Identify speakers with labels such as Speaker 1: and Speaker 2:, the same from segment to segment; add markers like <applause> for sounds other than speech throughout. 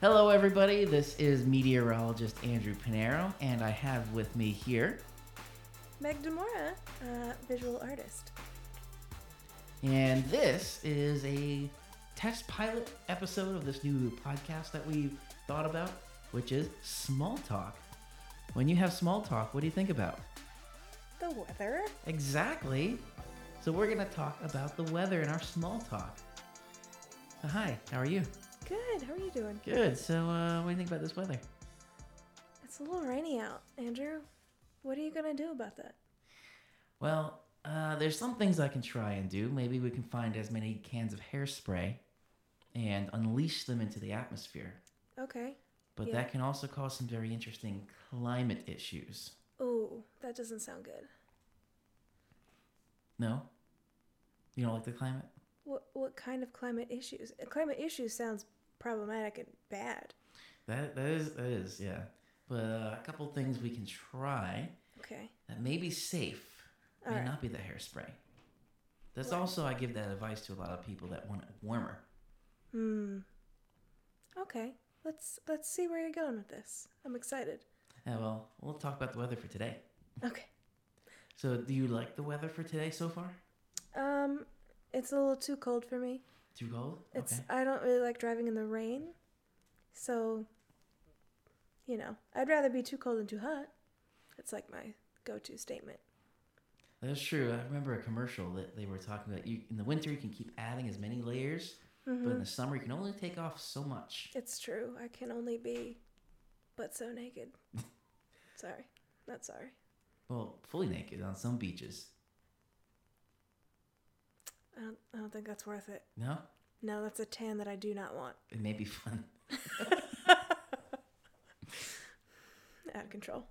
Speaker 1: Hello, everybody. This is meteorologist Andrew Panero, and I have with me here,
Speaker 2: Meg Demora, uh, visual artist.
Speaker 1: and this is a test pilot episode of this new podcast that we thought about, which is small talk. When you have small talk, what do you think about?
Speaker 2: The weather?
Speaker 1: Exactly. So we're gonna talk about the weather in our small talk. So hi, how are you?
Speaker 2: Good. How are you doing?
Speaker 1: Good. So uh, what do you think about this weather?
Speaker 2: It's a little rainy out, Andrew. What are you gonna do about that?
Speaker 1: Well, uh, there's some things I can try and do. Maybe we can find as many cans of hairspray and unleash them into the atmosphere.
Speaker 2: Okay.
Speaker 1: But
Speaker 2: Yeah.
Speaker 1: that can also cause some very interesting climate issues.
Speaker 2: Oh, that doesn't sound good.
Speaker 1: No? You don't like the climate?
Speaker 2: What what kind of climate issues? Uh, Climate issues sounds problematic and bad.
Speaker 1: That that is that is, yeah. But uh, a couple things we can try
Speaker 2: Okay.
Speaker 1: that may be safe
Speaker 2: All
Speaker 1: may
Speaker 2: right.
Speaker 1: not be the hairspray. That's
Speaker 2: Right.
Speaker 1: also I give that advice to a lot of people that want it warmer.
Speaker 2: Hmm. Okay. Let's let's see where you're going with this. I'm excited.
Speaker 1: Yeah, Uh, well, we'll talk about the weather for today.
Speaker 2: Okay.
Speaker 1: So, do you like the weather for today so far?
Speaker 2: Um, it's a little too cold for me.
Speaker 1: Too cold?
Speaker 2: It's I don't really like driving in the rain, so you know I'd rather be too cold than too hot. It's like my go-to statement.
Speaker 1: That's true. I remember a commercial that they were talking about. You in the winter you can keep adding as many layers, but in
Speaker 2: Mhm.
Speaker 1: the summer you can only take off so much.
Speaker 2: It's true. I can only be, but so
Speaker 1: <laughs>
Speaker 2: naked. sorry, not sorry.
Speaker 1: Well, fully naked on some beaches.
Speaker 2: I don't. I don't think that's worth it.
Speaker 1: No,
Speaker 2: No, that's a tan that I do
Speaker 1: <laughs>
Speaker 2: not want.
Speaker 1: it may be fun.
Speaker 2: Out of control.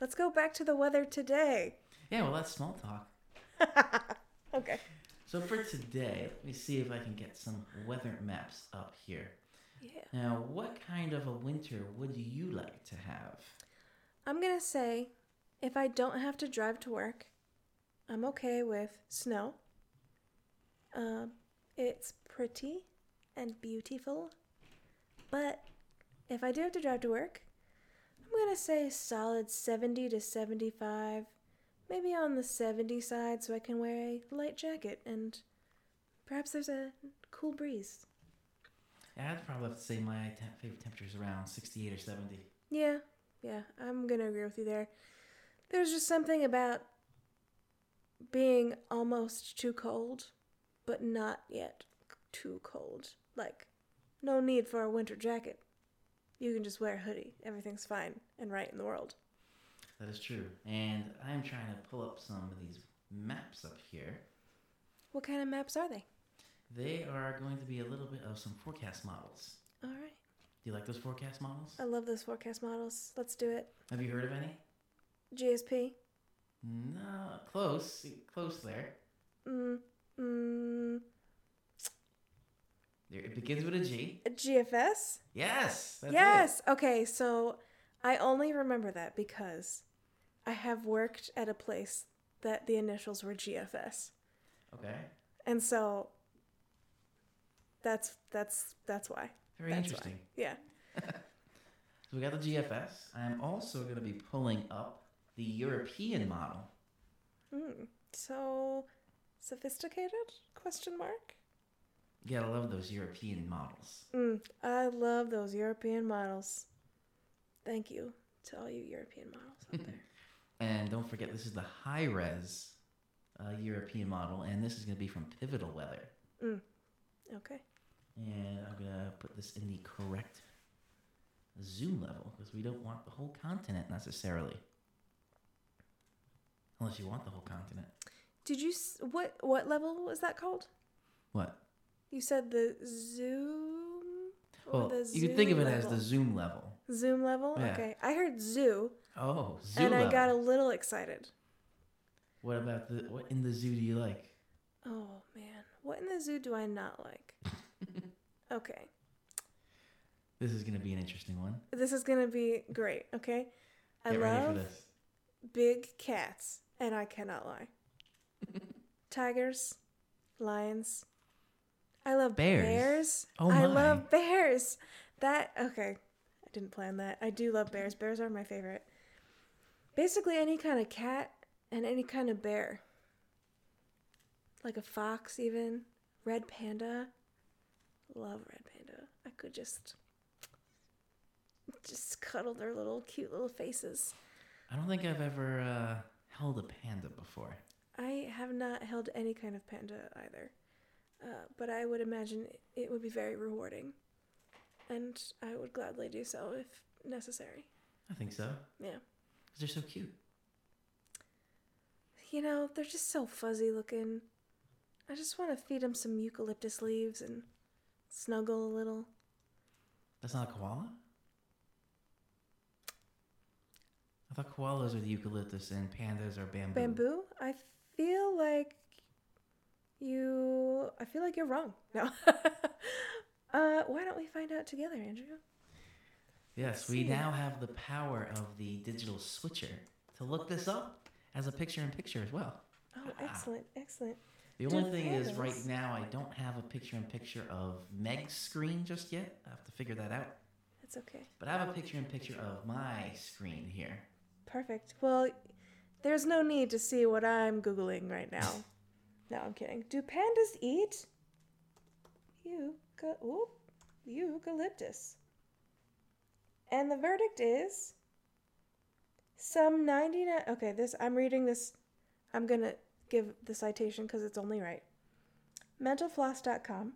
Speaker 2: Let's go back to the weather today.
Speaker 1: Yeah, well that's small talk.
Speaker 2: Okay.
Speaker 1: So for today, let me see if I can get some weather maps up here.
Speaker 2: Yeah.
Speaker 1: Now, what kind of a winter would you like to have?
Speaker 2: I'm gonna say, if I don't have to drive to work, I'm okay with snow. Um, it's pretty and beautiful, but if I do have to drive to work, I'm gonna say solid 70 to 75, maybe on the 70 side, so I can wear a light jacket and perhaps there's a cool breeze.
Speaker 1: Yeah, I'd probably have to say my te- favorite temperature is around 68 or 70.
Speaker 2: Yeah, yeah, I'm gonna agree with you there. There's just something about being almost too cold, but not yet too cold. Like, no need for a winter jacket. You can just wear a hoodie. Everything's fine and right in the world.
Speaker 1: That is true. And I'm trying to pull up some of these maps up here.
Speaker 2: What kind of maps are they?
Speaker 1: They are going to be a little bit of some forecast models.
Speaker 2: All right.
Speaker 1: Do you like those forecast models?
Speaker 2: I love those forecast models. Let's do it.
Speaker 1: Have you heard of any?
Speaker 2: GSP.
Speaker 1: No, close, close there.
Speaker 2: Mm, mm,
Speaker 1: There- It begins with a G.
Speaker 2: GFS?
Speaker 1: Yes. That's it.
Speaker 2: yes. Okay. So I only remember that because I have worked at a place that the initials were GFS,
Speaker 1: Okay.
Speaker 2: and so that's that's that's why.
Speaker 1: Very
Speaker 2: That's why.
Speaker 1: interesting.
Speaker 2: Yeah.
Speaker 1: So we got the GFS. I'm also going to be pulling up the European model.
Speaker 2: Mm. So sophisticated? Question mark.
Speaker 1: You gotta love those European models.
Speaker 2: Mm. I love those European models. Thank you to all you European models
Speaker 1: <laughs>
Speaker 2: out there.
Speaker 1: And don't forget, this is the high res uh, European model, and this is going to be from Pivotal Weather.
Speaker 2: okay.
Speaker 1: And I'm going to put this in the correct zoom level because we don't want the whole continent necessarily. Unless you want the whole continent.
Speaker 2: Did you s- what what level was that called?
Speaker 1: What?
Speaker 2: You said the zoom.
Speaker 1: Well, you can think of it as the zoom level.
Speaker 2: the zoom level.
Speaker 1: Yeah.
Speaker 2: Okay, I heard zoo,
Speaker 1: Oh, zoo
Speaker 2: and
Speaker 1: level.
Speaker 2: I got a little excited.
Speaker 1: What about the what in the zoo do you like?
Speaker 2: Oh man, what in the zoo do I not
Speaker 1: <laughs>
Speaker 2: like? okay,
Speaker 1: This is going to be an interesting one.
Speaker 2: this is gonna be great. Okay, I
Speaker 1: Get ready for
Speaker 2: love
Speaker 1: this.
Speaker 2: big cats, and I
Speaker 1: <laughs>
Speaker 2: cannot lie. Tigers, lions. I love
Speaker 1: Bears.
Speaker 2: bears.
Speaker 1: Oh
Speaker 2: I
Speaker 1: my.
Speaker 2: love bears. That okay. I didn't plan that. I do love bears. Bears are my favorite. Basically any kind of cat and any kind of bear. Like a fox even, red panda. Love red panda. I could just just cuddle their little cute little faces.
Speaker 1: I don't think I've ever uh, held a panda before.
Speaker 2: I have not held any kind of panda either, uh, but I would imagine it would be very rewarding, and I would gladly do so if necessary.
Speaker 1: I think so.
Speaker 2: Yeah.
Speaker 1: 'Cause they're so cute.
Speaker 2: You know, they're just so fuzzy looking. I just want to feed them some eucalyptus leaves and snuggle a little.
Speaker 1: That's not a koala? I thought koalas are the eucalyptus and pandas are bamboo.
Speaker 2: Bamboo? I feel like you. I feel like you're wrong. No. <laughs> uh, why don't we find out together, Andrew?
Speaker 1: Yes, we
Speaker 2: See.
Speaker 1: now have the power of the digital switcher to look this up as a picture in picture as well.
Speaker 2: Oh,
Speaker 1: Ah.
Speaker 2: excellent, excellent.
Speaker 1: The only
Speaker 2: Dude,
Speaker 1: thing is,
Speaker 2: pandas.
Speaker 1: right now, I don't have a picture in picture of Meg's screen just yet. I have to figure that out.
Speaker 2: That's okay.
Speaker 1: But I have a picture in picture of my screen here.
Speaker 2: Perfect. Well, there's no need to see what I'm Googling right now. no, I'm kidding. Do pandas eat? Euca- oop, eucalyptus. And the verdict is some 99. Okay, this, I'm reading this. I'm going to give the citation because it's only right. Mentalfloss.com.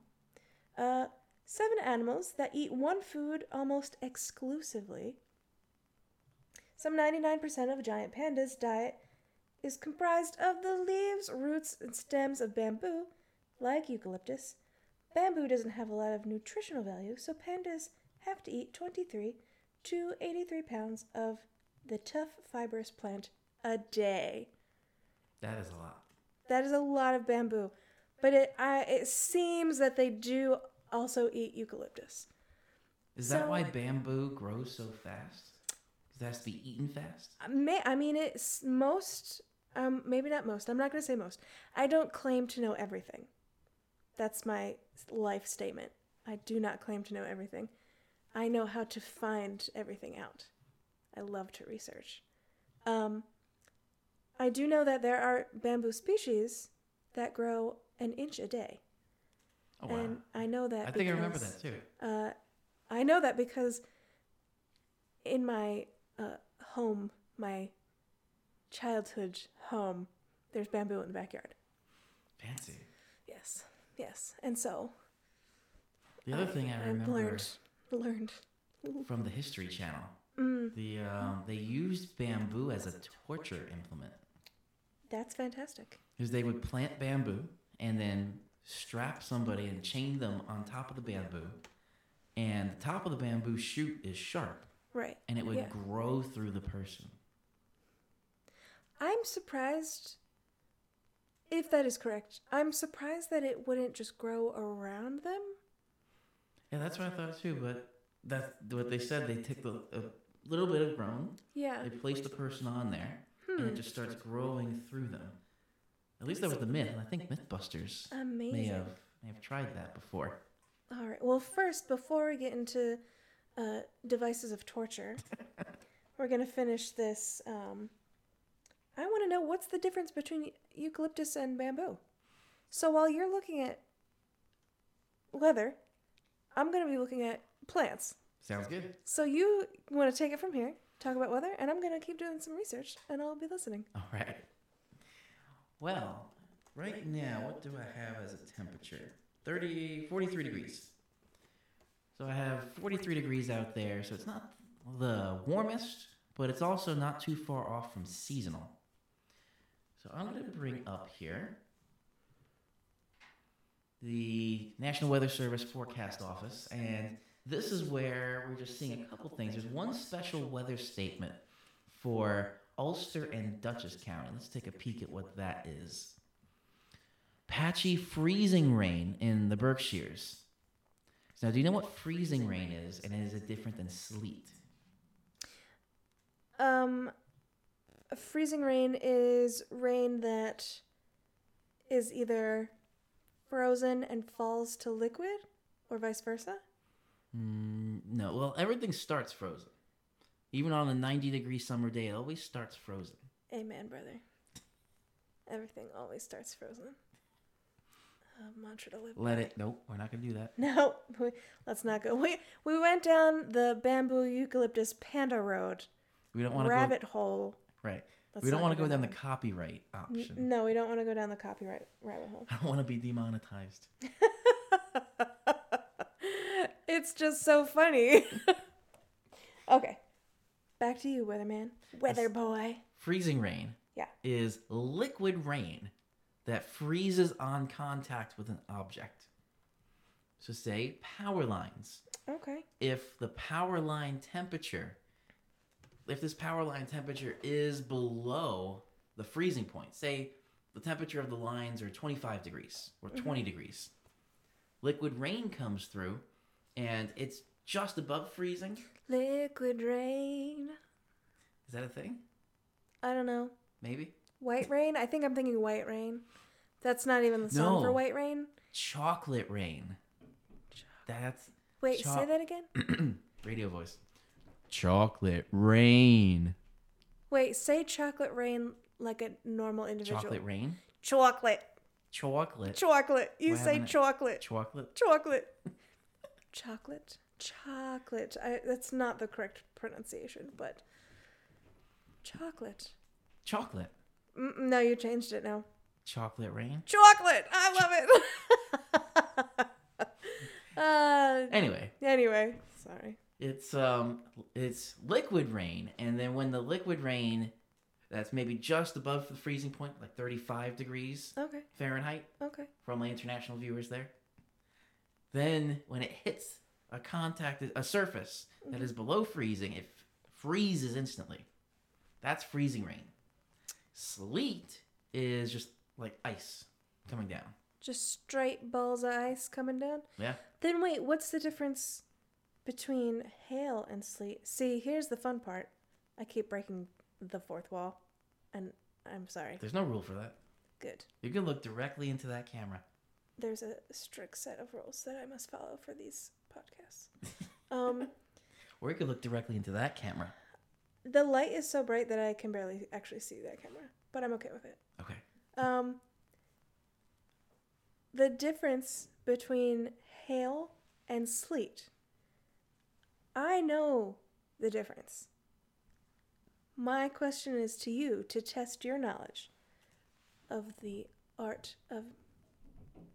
Speaker 2: Uh, seven animals that eat one food almost exclusively. Some 99% of a giant panda's diet is comprised of the leaves, roots, and stems of bamboo, like eucalyptus. Bamboo doesn't have a lot of nutritional value, so pandas have to eat 23 to 83 pounds of the tough fibrous plant a day.
Speaker 1: That is a lot.
Speaker 2: That is a lot of bamboo, but it I, it seems that they do also eat eucalyptus.
Speaker 1: Is
Speaker 2: So-
Speaker 1: that why bamboo grows so fast? 'Cause it has to be eaten fast?
Speaker 2: May I mean it's most um maybe not most. I'm not going to say most. I don't claim to know everything. That's my life statement. I do not claim to know everything. I know how to find everything out. I love to research. Um I do know that there are bamboo species that grow an inch a day.
Speaker 1: Oh, wow.
Speaker 2: And I know that
Speaker 1: I think I remember
Speaker 2: because-
Speaker 1: that too.
Speaker 2: uh, I know that because in my uh, home, my childhood home, there's bamboo in the backyard.
Speaker 1: Fancy.
Speaker 2: Yes, yes. And so
Speaker 1: The other thing I
Speaker 2: I've
Speaker 1: remember
Speaker 2: learned, learned.
Speaker 1: from the History Channel,
Speaker 2: Mm,
Speaker 1: the um, they used bamboo as a torture implement.
Speaker 2: that's fantastic.
Speaker 1: Because they would plant bamboo and then strap somebody and chain them on top of the bamboo, and the top of the bamboo shoot is sharp,
Speaker 2: Right.
Speaker 1: and it would
Speaker 2: Yeah.
Speaker 1: grow through the person.
Speaker 2: I'm surprised. If that is correct, I'm surprised that it wouldn't just grow around them.
Speaker 1: Yeah, that's what I thought too. But that's what they said. They took the, a little bit of ground,
Speaker 2: Yeah.
Speaker 1: they placed the person on there, and
Speaker 2: Hmm.
Speaker 1: it just starts growing through them. At least that was the myth, and I think MythBusters
Speaker 2: Amazing.
Speaker 1: may have may have tried that before.
Speaker 2: All right. Well, first, before we get into uh, devices of torture, we're going to finish this. Um, I want to know what's the difference between eucalyptus and bamboo. So while you're looking at leather, I'm going to be looking at plants.
Speaker 1: Sounds good.
Speaker 2: So you want to take it from here, talk about weather, and I'm going to keep doing some research, and I'll be listening.
Speaker 1: All right. Well, right now, what do I have as a temperature? 30, 43 degrees. So I have 43 degrees out there, so it's not the warmest, but it's also not too far off from seasonal. So I'm going to bring up here the National Weather Service Forecast Office, and this is where we're just seeing a couple things. There's one special weather statement for Ulster and Dutchess County. Let's take a peek at what that is. Patchy freezing rain in the Berkshires. So now, do you know what freezing rain is, and is it different than sleet?
Speaker 2: Um, freezing rain is rain that is either frozen and falls to liquid, or vice versa.
Speaker 1: Mm, no, well, everything starts frozen. Even on a 90 degree summer day, it always starts frozen.
Speaker 2: Amen, brother. Everything always starts frozen. A mantra to live <laughs>
Speaker 1: Let
Speaker 2: by.
Speaker 1: it. Nope, we're not going to do that.
Speaker 2: No, we, let's not go. We we went down the bamboo eucalyptus panda road
Speaker 1: We don't want to go.
Speaker 2: rabbit hole.
Speaker 1: Right.
Speaker 2: Let's
Speaker 1: We don't
Speaker 2: not
Speaker 1: want to go
Speaker 2: that
Speaker 1: down the
Speaker 2: one.
Speaker 1: copyright
Speaker 2: N-
Speaker 1: option. <laughs>
Speaker 2: No, we don't want to go down the copyright rabbit hole.
Speaker 1: I don't want to be demonetized.
Speaker 2: <laughs> it's just so funny. <laughs> okay, back to you, weatherman, weather boy.
Speaker 1: Freezing rain
Speaker 2: Yeah.
Speaker 1: is liquid rain that freezes on contact with an object. So, say power lines.
Speaker 2: Okay.
Speaker 1: If the power line temperature, if this power line temperature is below the freezing point, say the temperature of the lines are 25 degrees or 20 degrees, liquid rain comes through and it's just above freezing.
Speaker 2: Liquid rain.
Speaker 1: Is that a thing?
Speaker 2: I don't know.
Speaker 1: Maybe?
Speaker 2: White rain. I think I'm thinking white rain. That's not even the song for
Speaker 1: No.
Speaker 2: white rain.
Speaker 1: Chocolate rain. That's <clears throat>
Speaker 2: Wait, say
Speaker 1: Choc-
Speaker 2: that again.
Speaker 1: radio voice. Chocolate rain.
Speaker 2: Wait, say chocolate rain like a normal individual.
Speaker 1: Chocolate rain.
Speaker 2: Chocolate.
Speaker 1: Chocolate.
Speaker 2: Chocolate. You
Speaker 1: Why
Speaker 2: say
Speaker 1: haven't I-
Speaker 2: chocolate.
Speaker 1: Chocolate.
Speaker 2: Chocolate. chocolate. Chocolate. I, that's not the correct pronunciation, but chocolate.
Speaker 1: Chocolate.
Speaker 2: Mm, No, you changed it now.
Speaker 1: Chocolate rain.
Speaker 2: Chocolate. I love it. <laughs> uh,
Speaker 1: Anyway,
Speaker 2: anyway, sorry.
Speaker 1: it's um it's liquid rain and then when the liquid rain that's maybe just above the freezing point like 35 degrees
Speaker 2: Okay.
Speaker 1: Fahrenheit
Speaker 2: Okay.
Speaker 1: for all my international viewers there. Then when it hits a contact a surface that is below freezing, it freezes instantly. That's freezing rain. Sleet is just like ice coming down.
Speaker 2: Just straight balls of ice coming down.
Speaker 1: Yeah.
Speaker 2: Then wait, what's the difference between hail and sleet? See, here's the fun part. I keep breaking the fourth wall, and I'm sorry.
Speaker 1: There's no rule for that.
Speaker 2: Good.
Speaker 1: You can look directly into that camera.
Speaker 2: There's a strict set of rules that I must follow for these podcasts. Um,
Speaker 1: Or you can look directly into that camera.
Speaker 2: the light is so bright that I can barely actually see that camera, but I'm okay with it.
Speaker 1: Okay.
Speaker 2: Um, the difference between hail and sleet. I know the difference. My question is to you to test your knowledge of the art of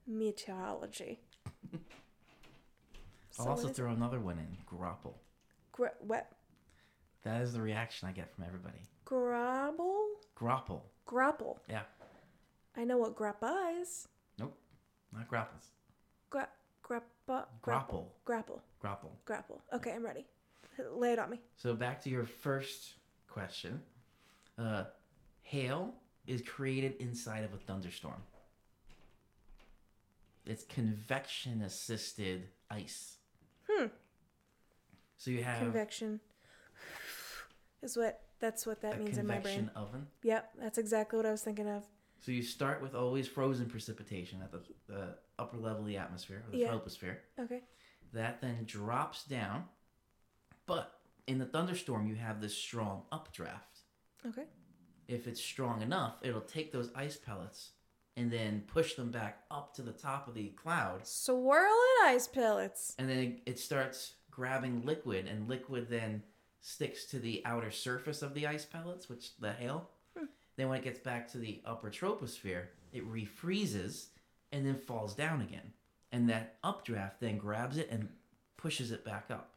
Speaker 2: meteorology.
Speaker 1: <laughs> I'll
Speaker 2: So
Speaker 1: also
Speaker 2: what is-
Speaker 1: throw another one in. Grapple.
Speaker 2: gra- what?
Speaker 1: That is the reaction I get from everybody.
Speaker 2: Grobble?
Speaker 1: Grapple.
Speaker 2: Grapple.
Speaker 1: Yeah.
Speaker 2: I know what grappa is.
Speaker 1: Nope. Not grapples.
Speaker 2: Gra- grappa.
Speaker 1: Grapple.
Speaker 2: Grapple.
Speaker 1: Grapple.
Speaker 2: Grapple. Okay, I'm ready. Lay it on me.
Speaker 1: So back to your first question. Uh, hail is created inside of a thunderstorm. It's convection assisted ice.
Speaker 2: Hmm.
Speaker 1: So you have
Speaker 2: Convection is what that's what
Speaker 1: a
Speaker 2: that means in my
Speaker 1: convection
Speaker 2: brain.
Speaker 1: oven.
Speaker 2: Yep, that's exactly what I was thinking of.
Speaker 1: So you start with always frozen precipitation at the, the upper level of the atmosphere, or the
Speaker 2: Yeah.
Speaker 1: troposphere.
Speaker 2: Okay.
Speaker 1: That then drops down. But in the thunderstorm, you have this strong updraft.
Speaker 2: Okay.
Speaker 1: if it's strong enough, it'll take those ice pellets and then push them back up to the top of the clouds.
Speaker 2: Swirl and ice pellets.
Speaker 1: And then it starts grabbing liquid, and liquid then sticks to the outer surface of the ice pellets, which the hail. Then when it gets back to the upper troposphere, it refreezes and then falls down again. And that updraft then grabs it and pushes it back up.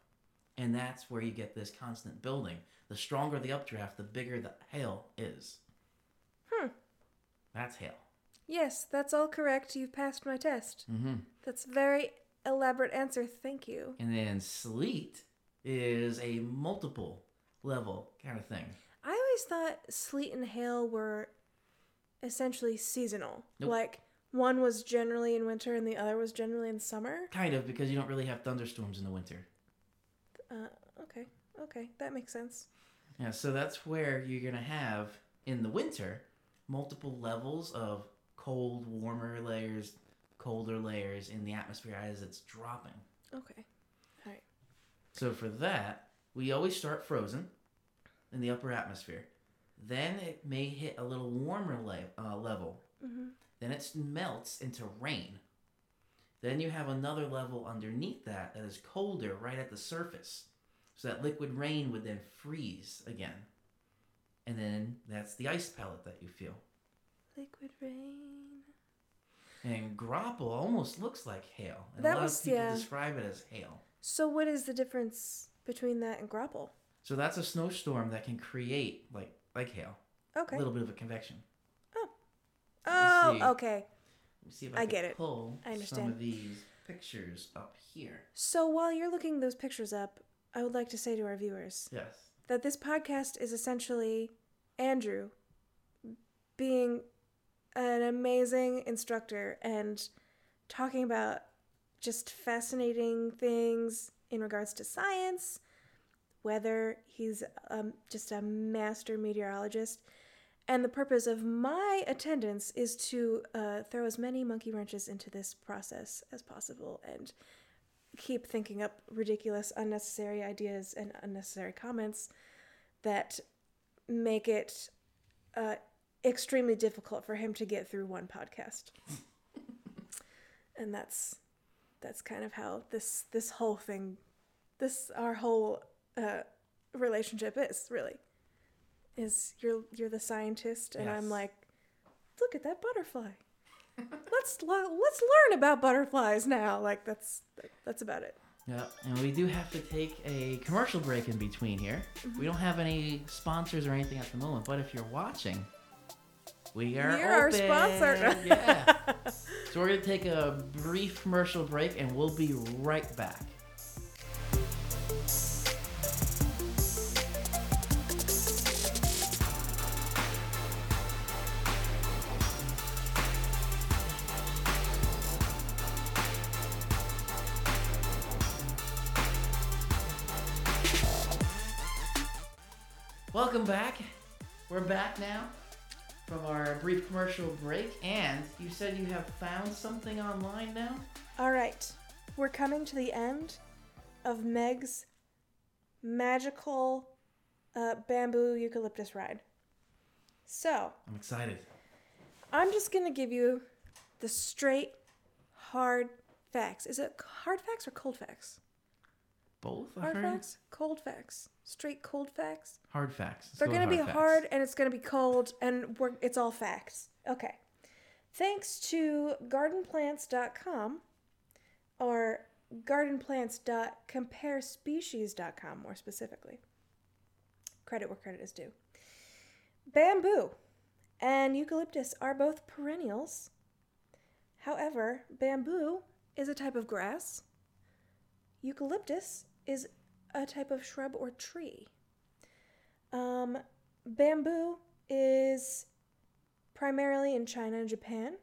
Speaker 1: And that's where you get this constant building. The stronger the updraft, the bigger the hail is.
Speaker 2: Hmm.
Speaker 1: That's hail.
Speaker 2: Yes, that's all correct. You've passed my test.
Speaker 1: Mm-hmm.
Speaker 2: That's a very elaborate answer. Thank you.
Speaker 1: And then sleet is a multiple level kind of thing.
Speaker 2: I always thought sleet and hail were essentially seasonal.
Speaker 1: Nope.
Speaker 2: Like one was generally in winter and the other was generally in summer.
Speaker 1: Kind of, because you don't really have thunderstorms in the winter.
Speaker 2: Uh, okay. Okay, that makes sense.
Speaker 1: Yeah, so that's where you're going to have, in the winter, multiple levels of cold, warmer layers, colder layers in the atmosphere as it's dropping.
Speaker 2: Okay.
Speaker 1: So for that, we always start frozen in the upper atmosphere. Then it may hit a little warmer le- uh, level.
Speaker 2: hmm
Speaker 1: Then it melts into rain. Then you have another level underneath that that is colder right at the surface. So that liquid rain would then freeze again. And then that's the ice pellet that you feel.
Speaker 2: Liquid rain.
Speaker 1: And grapple almost looks like hail. And
Speaker 2: That
Speaker 1: a lot
Speaker 2: was-
Speaker 1: of people
Speaker 2: yeah.
Speaker 1: describe it as hail.
Speaker 2: So, what is the difference between that and grapple?
Speaker 1: So that's a snowstorm that can create like like hail.
Speaker 2: Okay.
Speaker 1: A little bit of a convection.
Speaker 2: oh,
Speaker 1: see.
Speaker 2: okay.
Speaker 1: Let me see if I,
Speaker 2: I
Speaker 1: can
Speaker 2: get it.
Speaker 1: pull
Speaker 2: I
Speaker 1: some
Speaker 2: understand.
Speaker 1: of these pictures up here.
Speaker 2: So, while you're looking those pictures up, I would like to say to our viewers
Speaker 1: Yes.
Speaker 2: that this podcast is essentially Andrew being an amazing instructor and talking about just fascinating things in regards to science, weather. He's um, just a master meteorologist. And the purpose of my attendance is to uh, throw as many monkey wrenches into this process as possible and keep thinking up ridiculous, unnecessary ideas and unnecessary comments that make it uh, extremely difficult for him to get through one podcast. and that's that's kind of how this this whole thing, this our whole uh, relationship is really. Is you're you're the scientist and I'm
Speaker 1: Yes.
Speaker 2: like, look at that butterfly. let's lo- let's learn about butterflies now. Like that's that's about it.
Speaker 1: Yep. And we do have to take a commercial break in between here.
Speaker 2: Mm-hmm.
Speaker 1: We don't have any sponsors or anything at the moment, but if you're watching, we are
Speaker 2: You're our
Speaker 1: open.
Speaker 2: sponsor.
Speaker 1: <laughs> yeah. So we're gonna take a brief commercial break and we'll be right back. Welcome back. We're back now from our brief commercial break, and you said you have found something online now?
Speaker 2: All right, we're coming to the end of Meg's magical uh, bamboo eucalyptus ride. So
Speaker 1: I'm excited.
Speaker 2: I'm just gonna give you the straight, hard facts. Is it hard facts or cold facts?
Speaker 1: Both? I've
Speaker 2: Hard
Speaker 1: heard.
Speaker 2: facts, cold facts, straight cold facts.
Speaker 1: Hard facts. Let's
Speaker 2: They're
Speaker 1: go with
Speaker 2: gonna be
Speaker 1: facts.
Speaker 2: hard and it's gonna be cold and we're, it's all facts. Okay. Thanks to gardenplants.com or gardenplants.comparespecies.com more specifically. Credit where credit is due. Bamboo and eucalyptus are both perennials. However, bamboo is a type of grass. Eucalyptus is a type of shrub or tree. Um, bamboo is primarily in China and Japan,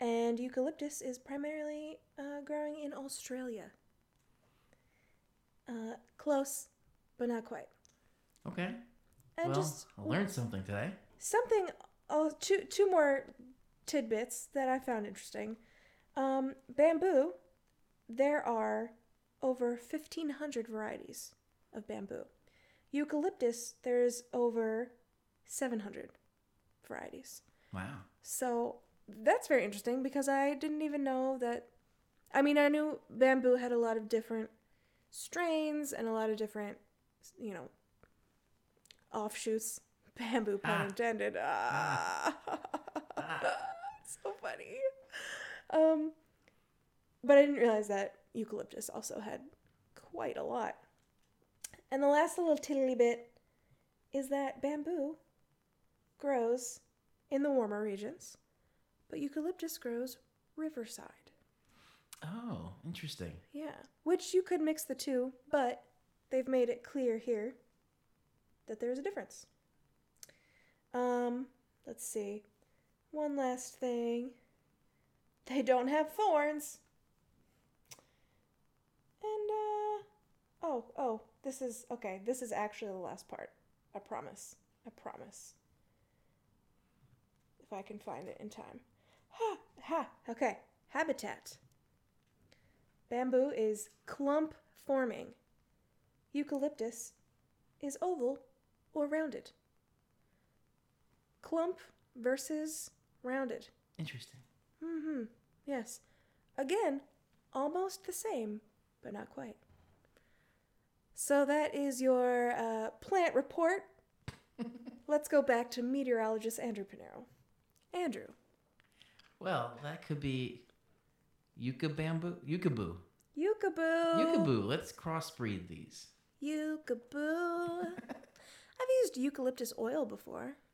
Speaker 2: and eucalyptus is primarily uh, growing in Australia. Uh, close, but not quite.
Speaker 1: Okay.
Speaker 2: And
Speaker 1: well,
Speaker 2: just
Speaker 1: I learned something today.
Speaker 2: something uh, two two more tidbits that I found interesting. Um, bamboo, there are over fifteen hundred varieties of bamboo. Eucalyptus, there's over seven hundred varieties.
Speaker 1: Wow.
Speaker 2: So that's very interesting because I didn't even know that. I mean, I knew bamboo had a lot of different strains and a lot of different, you know, offshoots. <laughs> Bamboo, pun
Speaker 1: Ah.
Speaker 2: intended. <laughs> Ah.
Speaker 1: Ah.
Speaker 2: so funny. Um, but I didn't realize that eucalyptus also had quite a lot. And the last little tiddly bit is that bamboo grows in the warmer regions, but eucalyptus grows riverside.
Speaker 1: Oh, interesting.
Speaker 2: Yeah. Which you could mix the two, but they've made it clear here that there is a difference. Um, let's see. One last thing. They don't have thorns. And uh oh, oh, this is okay, this is actually the last part. I promise. I promise. If I can find it in time. Ha ha. Okay. Habitat. Bamboo is clump forming, Eucalyptus is oval or rounded. Clump versus rounded.
Speaker 1: Interesting.
Speaker 2: Mm hmm. Yes. Again, almost the same, but not quite. So that is your uh, plant report. Let's go back to meteorologist Andrew Pinero. Andrew,
Speaker 1: Well, that could be yucca bamboo, yucaboo,
Speaker 2: Yucaboo.
Speaker 1: yucaboo. Let's crossbreed these.
Speaker 2: Yucaboo. Yucaboo. I've used eucalyptus oil before.
Speaker 1: <laughs>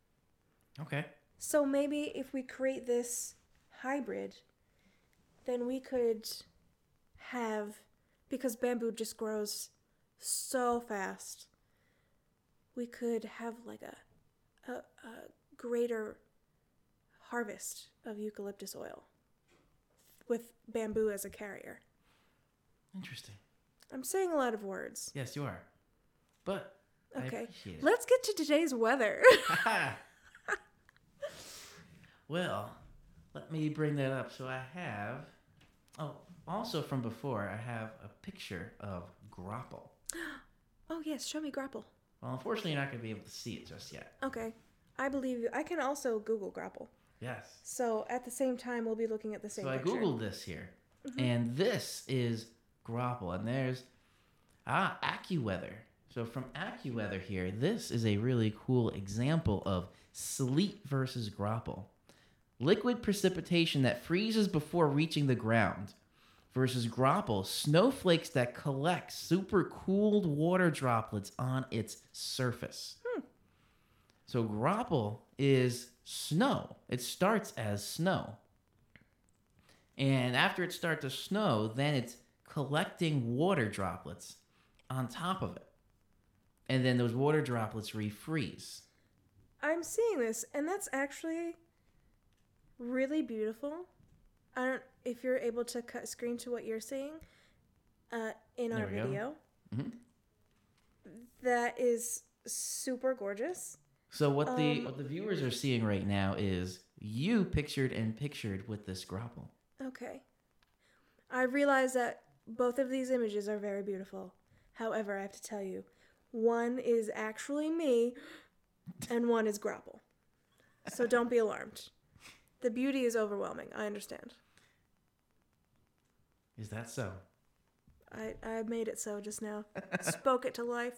Speaker 1: Okay.
Speaker 2: So maybe if we create this hybrid, then we could have because bamboo just grows so fast. We could have like a a, a greater harvest of eucalyptus oil with bamboo as a carrier.
Speaker 1: Interesting.
Speaker 2: I'm saying a lot of words.
Speaker 1: Yes, you are. But I
Speaker 2: Okay.
Speaker 1: appreciate it.
Speaker 2: Let's get to today's weather. <laughs>
Speaker 1: <laughs> well, let me bring that up. So I have, oh, also from before, I have a picture of Grapple.
Speaker 2: oh yes, show me grapple.
Speaker 1: Well, unfortunately, you're not going to be able to see it just yet.
Speaker 2: Okay. I believe you. I can also Google grapple.
Speaker 1: Yes.
Speaker 2: So at the same time, we'll be looking at the same
Speaker 1: So I
Speaker 2: picture. Mm-hmm.
Speaker 1: googled this here, and this is Grapple, and there's ah AccuWeather. So from AccuWeather here, this is a really cool example of sleet versus Grapple, liquid precipitation that freezes before reaching the ground, versus Grapple, snowflakes that collect super cooled water droplets on its surface.
Speaker 2: Hmm.
Speaker 1: So Grapple is snow. It starts as snow. And after it starts to snow, then it's collecting water droplets on top of it. And then those water droplets refreeze.
Speaker 2: I'm seeing this, and that's actually really beautiful. I don't if you're able to cut screen to what you're seeing uh, in our
Speaker 1: There we go.
Speaker 2: video.
Speaker 1: Mhm.
Speaker 2: That is super gorgeous.
Speaker 1: So what the
Speaker 2: Um,
Speaker 1: what the viewers are seeing right now is you pictured and pictured with this grapple.
Speaker 2: Okay, I realize that both of these images are very beautiful. However, I have to tell you, one is actually me, and one is Grapple. So don't be alarmed. The beauty is overwhelming. I understand.
Speaker 1: Is that so?
Speaker 2: I, I made it so just now. Spoke it to life.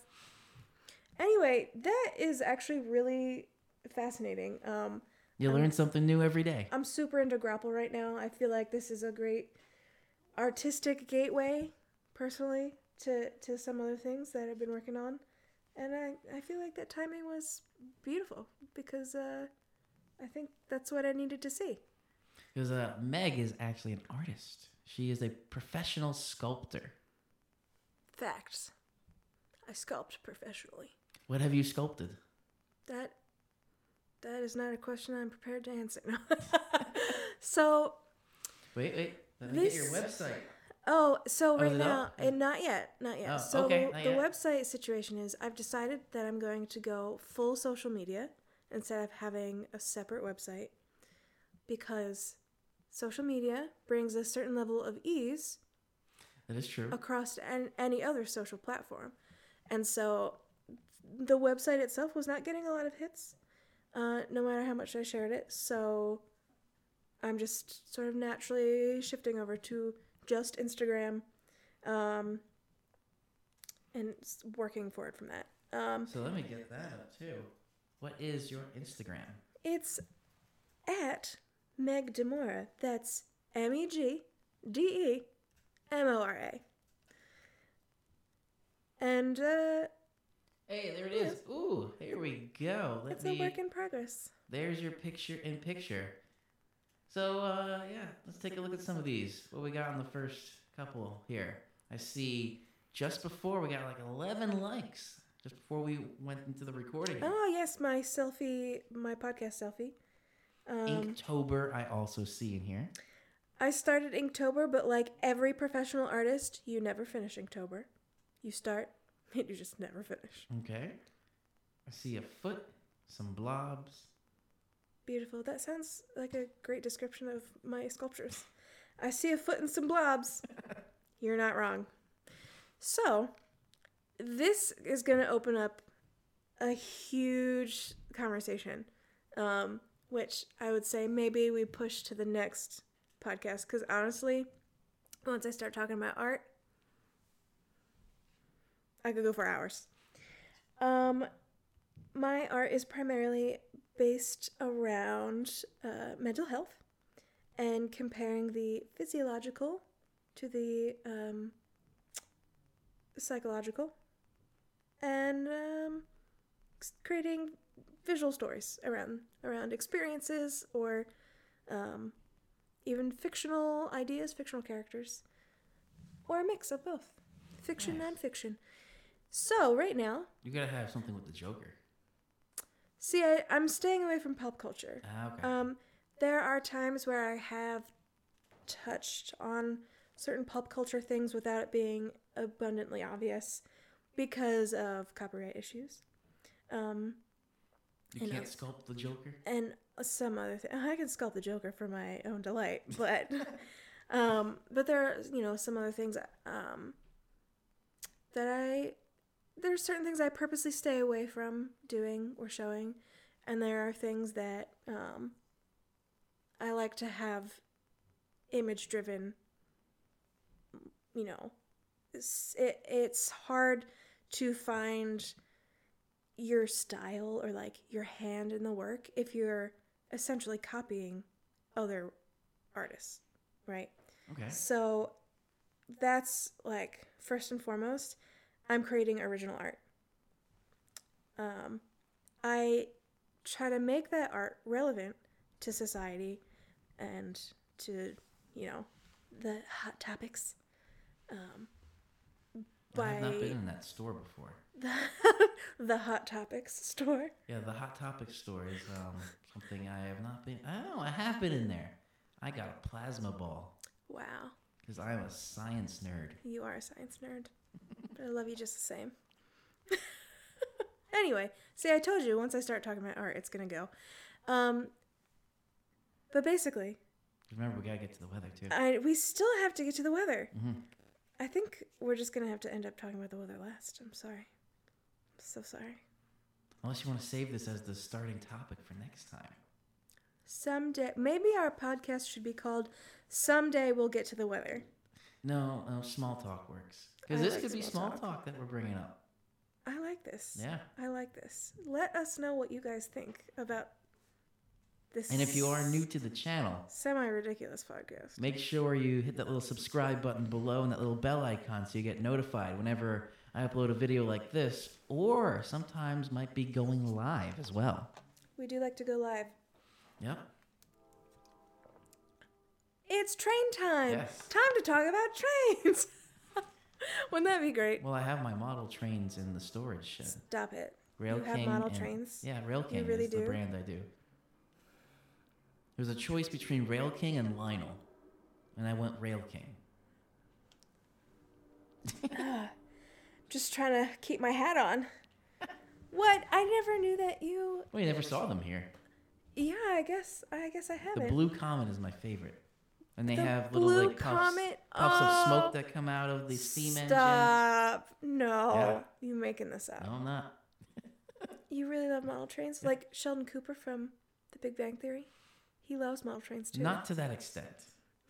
Speaker 2: Anyway, that is actually really fascinating. Um,
Speaker 1: You learn something new every day.
Speaker 2: I'm super into grapple right now. I feel like this is a great artistic gateway, personally, to, to some other things that I've been working on. And I, I feel like that timing was beautiful because uh, I think that's what I needed to see.
Speaker 1: Because uh, Meg is actually an artist. She is a professional sculptor.
Speaker 2: Facts. I sculpt professionally.
Speaker 1: What have you sculpted?
Speaker 2: That that is not a question I'm prepared to answer. <laughs> No. so
Speaker 1: Wait, wait. Let me get your
Speaker 2: This-
Speaker 1: website.
Speaker 2: oh, so
Speaker 1: Oh, is
Speaker 2: right
Speaker 1: it
Speaker 2: now
Speaker 1: up?
Speaker 2: and not yet, not yet.
Speaker 1: Oh,
Speaker 2: so
Speaker 1: okay,
Speaker 2: the,
Speaker 1: not
Speaker 2: the
Speaker 1: yet.
Speaker 2: website situation is I've decided that I'm going to go full social media instead of having a separate website because social media brings a certain level of ease
Speaker 1: That is true.
Speaker 2: across an, any other social platform. And so the website itself was not getting a lot of hits, uh, no matter how much I shared it. So I'm just sort of naturally shifting over to just Instagram um, and s- working forward from that. Um,
Speaker 1: So let me get that up too. What is your Instagram?
Speaker 2: it's at Meg Demora. That's M E G D E M O R A. And uh,
Speaker 1: Hey, there it is. Ooh, here we go. Let
Speaker 2: it's
Speaker 1: me.
Speaker 2: a work in progress.
Speaker 1: There's your picture in picture. So uh, yeah, let's take a look at some of these. What we got on the first couple here. I see just before we got like 11 likes. Just before we went into the recording.
Speaker 2: Oh yes, my selfie, my podcast selfie. Um,
Speaker 1: Inktober, I also see in here.
Speaker 2: I started Inktober, but like every professional artist, you never finish Inktober. You start, <laughs> and you just never finish.
Speaker 1: Okay. I see a foot, some blobs.
Speaker 2: Beautiful. That sounds like a great description of my sculptures. I see a foot and some blobs. You're not wrong. So, this is going to open up a huge conversation, um, which I would say maybe we push to the next podcast because honestly, once I start talking about art, I could go for hours. Um, my art is primarily based around uh, mental health and comparing the physiological to the um, psychological and um, s- creating visual stories around around experiences or um, even fictional ideas fictional characters or a mix of both fiction
Speaker 1: Nice.
Speaker 2: and fiction so right now
Speaker 1: You gotta have something with the Joker.
Speaker 2: see I, i'm staying away from pop culture
Speaker 1: Ah, okay.
Speaker 2: Um, there are times where I have touched on certain pop culture things without it being abundantly obvious because of copyright issues. Um,
Speaker 1: you
Speaker 2: and
Speaker 1: can't
Speaker 2: I-
Speaker 1: sculpt the Joker.
Speaker 2: and some other thing. I can sculpt the Joker for my own delight, but um, but there are you know some other things um, that I there are certain things I purposely stay away from doing or showing, and there are things that um, I like to have image driven. You know, it's, it, it's hard to find your style or like your hand in the work if you're essentially copying other artists, right?
Speaker 1: Okay.
Speaker 2: So that's like first and foremost, I'm creating original art. Um, I try to make that art relevant to society and to, you know, the hot topics. Um, <laughs>
Speaker 1: I have not
Speaker 2: by-
Speaker 1: been in that store before.
Speaker 2: the, the hot topics store.
Speaker 1: Yeah, the Hot Topic store is um, something I have not been. Oh, I have been in there. I got a plasma ball
Speaker 2: Wow.
Speaker 1: because I'm a science nerd.
Speaker 2: You are a science nerd. but I love you just the same. <laughs> anyway, see, I told you once I start talking about art, it's going to go. Um, but basically,
Speaker 1: Remember, we gotta get to the weather too.
Speaker 2: I, we still have to get to the weather.
Speaker 1: Mhm.
Speaker 2: I think we're just going to have to end up talking about the weather last. I'm sorry. I'm so sorry.
Speaker 1: Unless you want to save this as the starting topic for next time.
Speaker 2: Someday, maybe our podcast should be called Someday We'll Get to the Weather.
Speaker 1: No, no, small talk works because
Speaker 2: I
Speaker 1: this
Speaker 2: like
Speaker 1: could be
Speaker 2: small
Speaker 1: small
Speaker 2: talk.
Speaker 1: talk. that we're bringing up.
Speaker 2: I like this.
Speaker 1: Yeah,
Speaker 2: I like this. Let us know what you guys think about this.
Speaker 1: and if you are new to the channel,
Speaker 2: semi ridiculous podcast.
Speaker 1: make sure you hit that little subscribe button below and that little bell icon so you get notified whenever I upload a video like this, or sometimes might be going live as well.
Speaker 2: We do like to go live.
Speaker 1: Yep.
Speaker 2: It's train time.
Speaker 1: Yes.
Speaker 2: Time to talk about trains. <laughs> Wouldn't that be great?
Speaker 1: Well, I have my model trains in the storage shed.
Speaker 2: Stop it.
Speaker 1: Rail
Speaker 2: you have
Speaker 1: King
Speaker 2: model
Speaker 1: and-
Speaker 2: trains.
Speaker 1: Yeah, Rail King
Speaker 2: really
Speaker 1: is
Speaker 2: do?
Speaker 1: the brand I do. There was a choice between Rail King and Lionel, and I went Rail King.
Speaker 2: Just trying to keep my hat on. what? I never knew that you.
Speaker 1: Well, you never saw them here.
Speaker 2: Yeah, I guess. I guess I
Speaker 1: The
Speaker 2: haven't.
Speaker 1: blue comet is my favorite, and they
Speaker 2: The
Speaker 1: have little
Speaker 2: blue
Speaker 1: like puffs,
Speaker 2: comet?
Speaker 1: puffs of
Speaker 2: Oh.
Speaker 1: smoke that come out of the steam engines.
Speaker 2: Stop. No.
Speaker 1: Yeah.
Speaker 2: you making this up.
Speaker 1: No, I'm not.
Speaker 2: You really love model trains, like Sheldon Cooper from The Big Bang Theory. He loves model trains too.
Speaker 1: Not to that extent.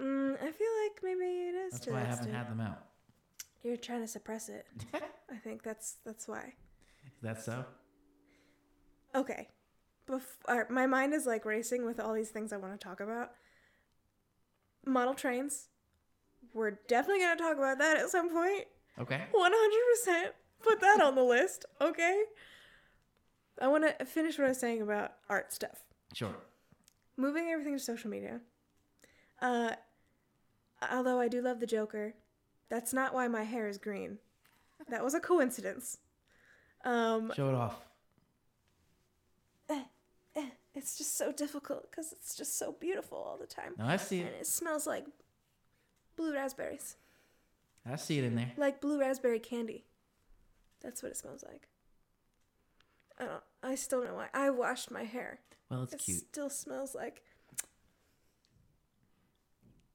Speaker 2: Mm, I feel like maybe it is.
Speaker 1: That's
Speaker 2: to
Speaker 1: why I
Speaker 2: that
Speaker 1: haven't
Speaker 2: extent.
Speaker 1: had them out.
Speaker 2: You're trying to
Speaker 1: <laughs>
Speaker 2: suppress it. I think that's that's why.
Speaker 1: Is that so?
Speaker 2: Okay. Bef- or my mind is like racing with all these things I want to talk about. Model trains. We're definitely going to talk about that at some point.
Speaker 1: Okay.
Speaker 2: 100%. Put that on the list, okay? I want to finish what I was saying about art stuff.
Speaker 1: Sure.
Speaker 2: Moving everything to social media. Uh although I do love the Joker, that's not why my hair is green. That was a coincidence. Um
Speaker 1: Show it off.
Speaker 2: eh, it's just so difficult because it's just so beautiful all the time.
Speaker 1: No, I see
Speaker 2: And
Speaker 1: it.
Speaker 2: it smells like blue raspberries,
Speaker 1: I see it in there.
Speaker 2: like blue raspberry candy. That's what it smells like. I don't. I still don't know why. I washed my hair.
Speaker 1: Well, it's
Speaker 2: it
Speaker 1: cute.
Speaker 2: still smells like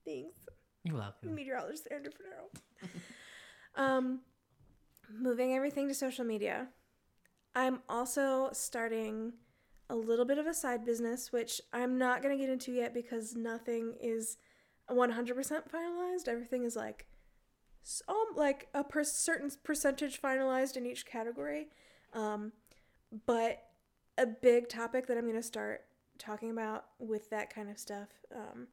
Speaker 2: things.
Speaker 1: You're welcome.
Speaker 2: Meteorologist Andrew Fernero. um, moving everything to social media. I'm also starting a little bit of a side business, which I'm not going to get into yet because nothing is 100% finalized. Everything is like so, like a per- certain percentage finalized in each category. Um, but a big topic that I'm going to start talking about with that kind of stuff um,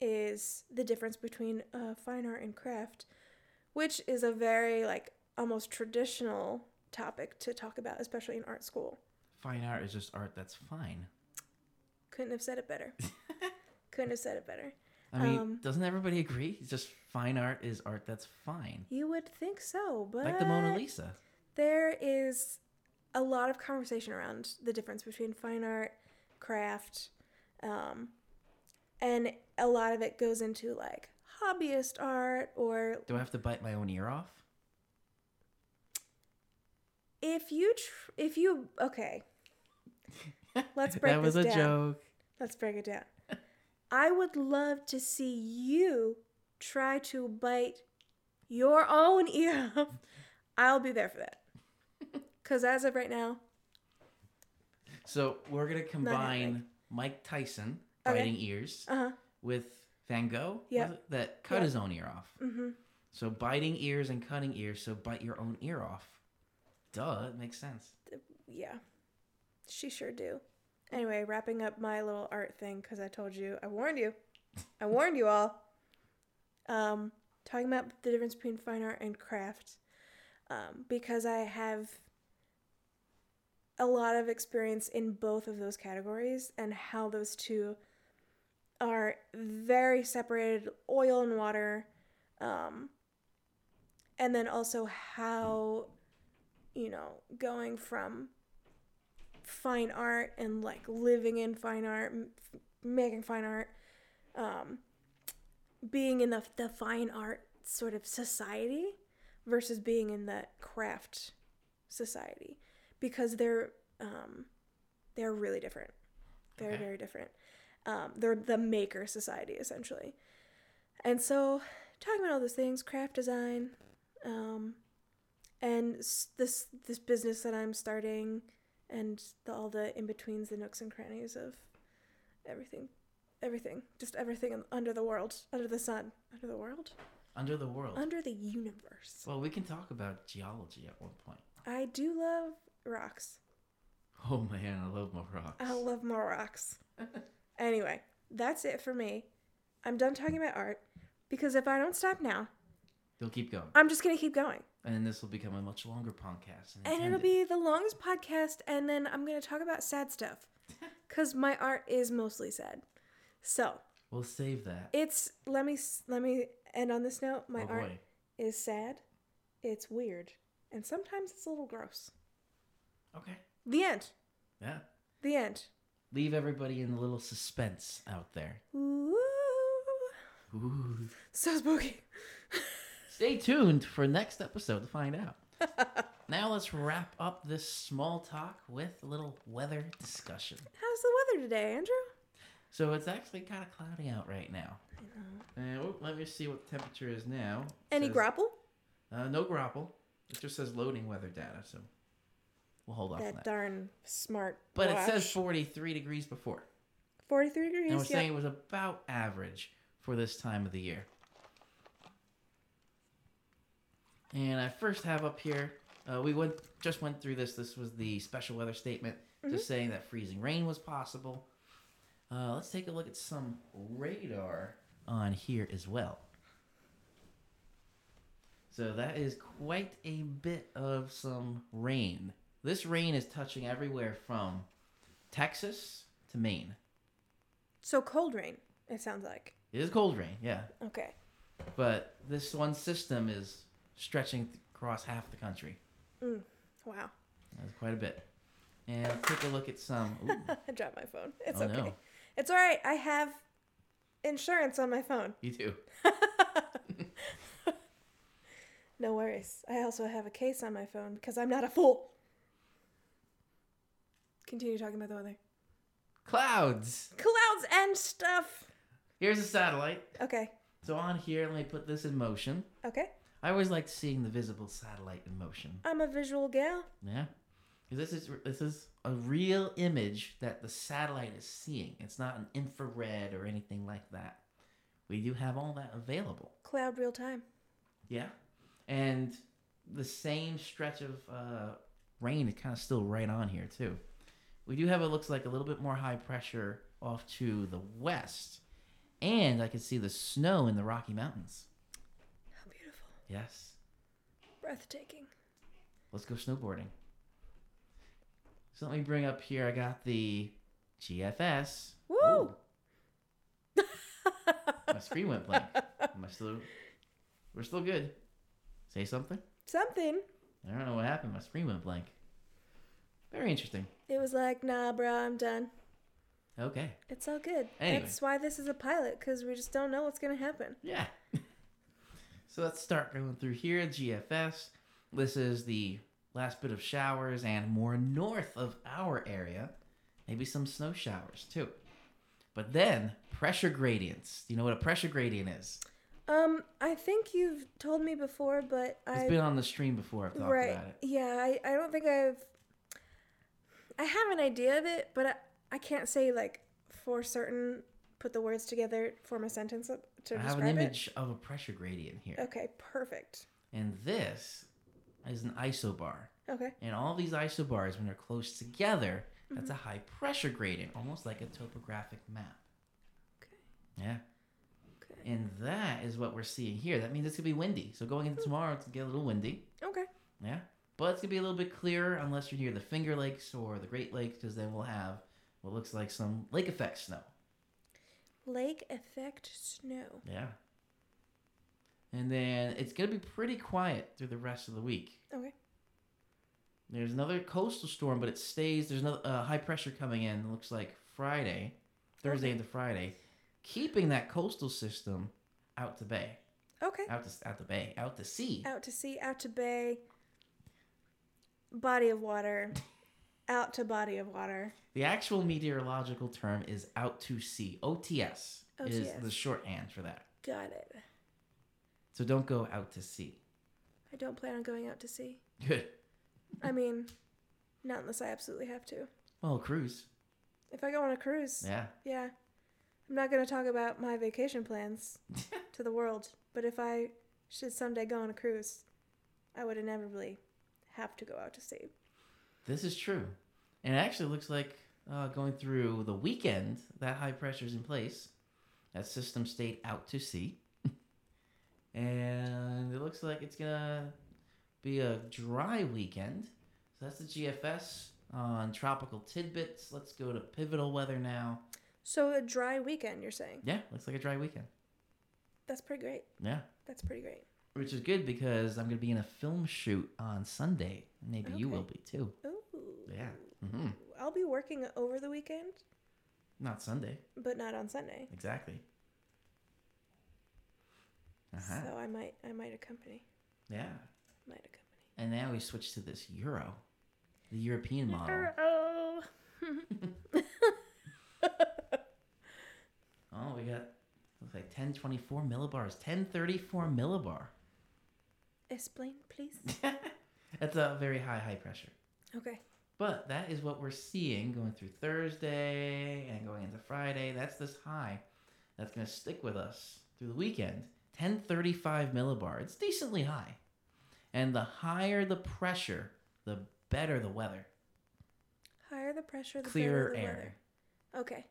Speaker 2: is the difference between uh, fine art and craft, which is a very like almost traditional topic to talk about, especially in art school.
Speaker 1: Fine art is just art that's fine.
Speaker 2: Couldn't have said
Speaker 1: <laughs>
Speaker 2: it better. Couldn't have said it better.
Speaker 1: I mean,
Speaker 2: Um,
Speaker 1: doesn't everybody agree? It's just fine art is art that's fine.
Speaker 2: You would think so, but
Speaker 1: Like the Mona Lisa.
Speaker 2: there is a lot of conversation around the difference between fine art, craft, um, and a lot of it goes into like hobbyist art or
Speaker 1: Do I have to bite my own ear off?
Speaker 2: if you tr- if you
Speaker 1: <laughs>
Speaker 2: okay Let's break
Speaker 1: That was
Speaker 2: this
Speaker 1: a
Speaker 2: down.
Speaker 1: joke.
Speaker 2: Let's break it down. I would love to see you try to bite your own ear off. I'll be there
Speaker 1: <laughs>
Speaker 2: for that. Because as of right now,
Speaker 1: So we're gonna combine
Speaker 2: happening.
Speaker 1: Mike Tyson
Speaker 2: Okay.
Speaker 1: biting ears
Speaker 2: uh huh.
Speaker 1: with Van Gogh
Speaker 2: Yeah.
Speaker 1: was it, that cut
Speaker 2: Yeah.
Speaker 1: his own ear off.
Speaker 2: Mm hmm.
Speaker 1: So biting ears and cutting ears, so bite your own ear off. Duh, it makes sense.
Speaker 2: Yeah. She sure do. Anyway, wrapping up my little art thing because I told you, I warned you, I warned you all. Um, talking about the difference between fine art and craft, um, because I have a lot of experience in both of those categories and how those two are very separated, oil and water, um, and then also how you know, going from fine art and like living in fine art, m- f- making fine art, um, being in the, the fine art sort of society versus being in the craft society because they're um, they're really different. They're
Speaker 1: Okay.
Speaker 2: very different. Um, they're the maker society essentially, and so talking about all those things, craft design. Um, and s- this this business that I'm starting, and the, all the in betweens, the nooks and crannies of everything, everything, just everything un- under the world, under the sun, under the world,
Speaker 1: Under the world.
Speaker 2: under the universe.
Speaker 1: well, we can talk about geology at one point.
Speaker 2: I do love rocks.
Speaker 1: Oh man, I love my rocks.
Speaker 2: I love more rocks. anyway, that's it for me. I'm done talking about art because if I don't stop now,
Speaker 1: You'll keep going,
Speaker 2: I'm just gonna keep going.
Speaker 1: and then this will become a much longer podcast. than
Speaker 2: and it'll
Speaker 1: intended.
Speaker 2: be the longest podcast and then i'm going to talk about sad stuff because my art is mostly sad so
Speaker 1: We'll save that.
Speaker 2: it's let me s- let me end on this note my
Speaker 1: oh
Speaker 2: art
Speaker 1: boy.
Speaker 2: is sad it's weird and sometimes it's a little gross
Speaker 1: Okay.
Speaker 2: the end
Speaker 1: Yeah.
Speaker 2: the end
Speaker 1: Leave everybody in a little suspense out there.
Speaker 2: Ooh,
Speaker 1: Ooh.
Speaker 2: so spooky
Speaker 1: Stay tuned for next episode to find
Speaker 2: <laughs>
Speaker 1: out. now let's wrap up this small talk with a little weather discussion.
Speaker 2: how's the weather today andrew
Speaker 1: So it's actually kind of cloudy out right now. And oh, let me see what the temperature is now. It
Speaker 2: any
Speaker 1: says-
Speaker 2: grapple
Speaker 1: Uh, no grapple. It just says loading weather data, so we'll hold off on
Speaker 2: that
Speaker 1: that.
Speaker 2: darn smart
Speaker 1: But it says
Speaker 2: watch.
Speaker 1: 43 degrees before.
Speaker 2: 43
Speaker 1: And we're
Speaker 2: degrees yeah
Speaker 1: saying it was about average for this time of the year. And I first have up here, uh, we went just went through this. This was the special weather statement, just saying that freezing rain was possible. Uh, let's take a look at some radar on here as well. So that is quite a bit of some rain. This rain is touching everywhere from Texas to Maine.
Speaker 2: so cold rain it sounds like
Speaker 1: It is cold rain, yeah.
Speaker 2: okay
Speaker 1: But this one system is stretching th- across half the country.
Speaker 2: wow <laughs>
Speaker 1: That's quite a bit. And take a look at some.
Speaker 2: <laughs>
Speaker 1: Ooh,
Speaker 2: I dropped my phone. It's
Speaker 1: Oh,
Speaker 2: okay.
Speaker 1: no.
Speaker 2: It's all right. I have insurance on my phone.
Speaker 1: you too.
Speaker 2: No worries. I also have a case on my phone because I'm not a fool. Continue talking about the weather.
Speaker 1: Clouds!
Speaker 2: Clouds and stuff.
Speaker 1: Here's a satellite.
Speaker 2: Okay.
Speaker 1: So on here, let me put this in motion.
Speaker 2: Okay.
Speaker 1: I always liked seeing the visible satellite in motion.
Speaker 2: I'm a visual gal.
Speaker 1: Yeah, because this is this is a real image that the satellite is seeing. It's not an infrared or anything like that. We do have all that available.
Speaker 2: Cloud real time.
Speaker 1: Yeah, and the same stretch of uh, rain is kind of still right on here too. We do have it looks like a little bit more high pressure off to the west, and I can see the snow in the Rocky Mountains.
Speaker 2: How beautiful.
Speaker 1: Yes,
Speaker 2: Breathtaking. <laughs>
Speaker 1: let's go snowboarding. So let me bring up here. I got the GFS.
Speaker 2: Woo!
Speaker 1: Ooh, my screen went blank. Am I still? We're still good. Say something.
Speaker 2: Something.
Speaker 1: I don't know what happened. My screen went blank. Very interesting.
Speaker 2: It was like, nah, bruh, I'm done.
Speaker 1: Okay.
Speaker 2: It's all good.
Speaker 1: Anyway.
Speaker 2: That's why this is a pilot, because we just don't know what's going to happen.
Speaker 1: Yeah. <laughs> so let's start going through here. GFS. This is the last bit of showers and more north of our area. Maybe some snow showers too. But then pressure gradients. Do you know what a pressure gradient is?
Speaker 2: Um, I think you've told me before, but
Speaker 1: It's
Speaker 2: I.
Speaker 1: been on the stream before. I've talked
Speaker 2: right.
Speaker 1: about it.
Speaker 2: Yeah, I, I don't think I've. I have an idea of it, but I, I can't say, like, for certain, put the words together, form a sentence up to
Speaker 1: I have
Speaker 2: describe
Speaker 1: an
Speaker 2: it.
Speaker 1: image of a pressure gradient here.
Speaker 2: Okay, perfect.
Speaker 1: And this is an isobar.
Speaker 2: Okay.
Speaker 1: And all these isobars, when they're close together, that's a high pressure gradient, almost like a topographic map.
Speaker 2: Okay.
Speaker 1: Yeah.
Speaker 2: Okay.
Speaker 1: And that is what we're seeing here. That means it's gonna be windy. So going into tomorrow, it's gonna get a little windy.
Speaker 2: Okay.
Speaker 1: Yeah. But it's gonna be a little bit clearer unless you're near the Finger Lakes or the Great Lakes, because then we'll have what looks like some lake effect snow.
Speaker 2: Lake effect snow.
Speaker 1: Yeah. And then it's gonna be pretty quiet through the rest of the week.
Speaker 2: Okay.
Speaker 1: There's another coastal storm, but it stays. There's another uh, high pressure coming in. It looks like Friday, Thursday
Speaker 2: Okay.
Speaker 1: into Friday, keeping that coastal system out to bay,
Speaker 2: Okay.
Speaker 1: out to out to bay, out to sea.
Speaker 2: Out to sea, out to bay, body of water, out to body of water.
Speaker 1: The actual meteorological term is out to sea. OTS, is
Speaker 2: OTS.
Speaker 1: the shorthand for that.
Speaker 2: Got it.
Speaker 1: So don't go out to sea.
Speaker 2: I don't plan on going out to sea.
Speaker 1: Good.
Speaker 2: I mean, not unless I absolutely have to.
Speaker 1: Well, cruise.
Speaker 2: If I go on a cruise,
Speaker 1: Yeah.
Speaker 2: yeah. I'm not going to talk about my vacation plans
Speaker 1: <laughs>
Speaker 2: to the world, but if I should someday go on a cruise, I would inevitably have to go out to sea.
Speaker 1: This is true. And it actually looks like uh, going through the weekend, that high pressure's in place. That system stayed out to sea. <laughs> and it looks like it's going to be a dry weekend. So that's the GFS on tropical tidbits. Let's go to pivotal weather now.
Speaker 2: So, a dry weekend, you're saying?
Speaker 1: Yeah, looks like a dry weekend.
Speaker 2: That's pretty great.
Speaker 1: Yeah.
Speaker 2: That's pretty great.
Speaker 1: Which is good because I'm going to be in a film shoot on Sunday. Maybe you
Speaker 2: Okay.
Speaker 1: will be too.
Speaker 2: Ooh.
Speaker 1: Yeah. hmm
Speaker 2: I'll be working over the weekend,
Speaker 1: Not Sunday.
Speaker 2: but not on Sunday.
Speaker 1: Exactly. Uh huh.
Speaker 2: So I might I might accompany.
Speaker 1: Yeah.
Speaker 2: Might accompany.
Speaker 1: And now we switch to this Euro, the European model.
Speaker 2: Oh.
Speaker 1: Oh, we got looks like 1024 millibars, 1034 millibar. <laughs>
Speaker 2: Explain, please.
Speaker 1: That's a very high, high pressure.
Speaker 2: Okay.
Speaker 1: But that is what we're seeing going through Thursday and going into Friday. That's this high that's going to stick with us through the weekend. 1035 millibar. It's decently high. And the higher the pressure, the better the weather.
Speaker 2: Higher the pressure, the
Speaker 1: Clearer
Speaker 2: better the
Speaker 1: air.
Speaker 2: weather. Okay.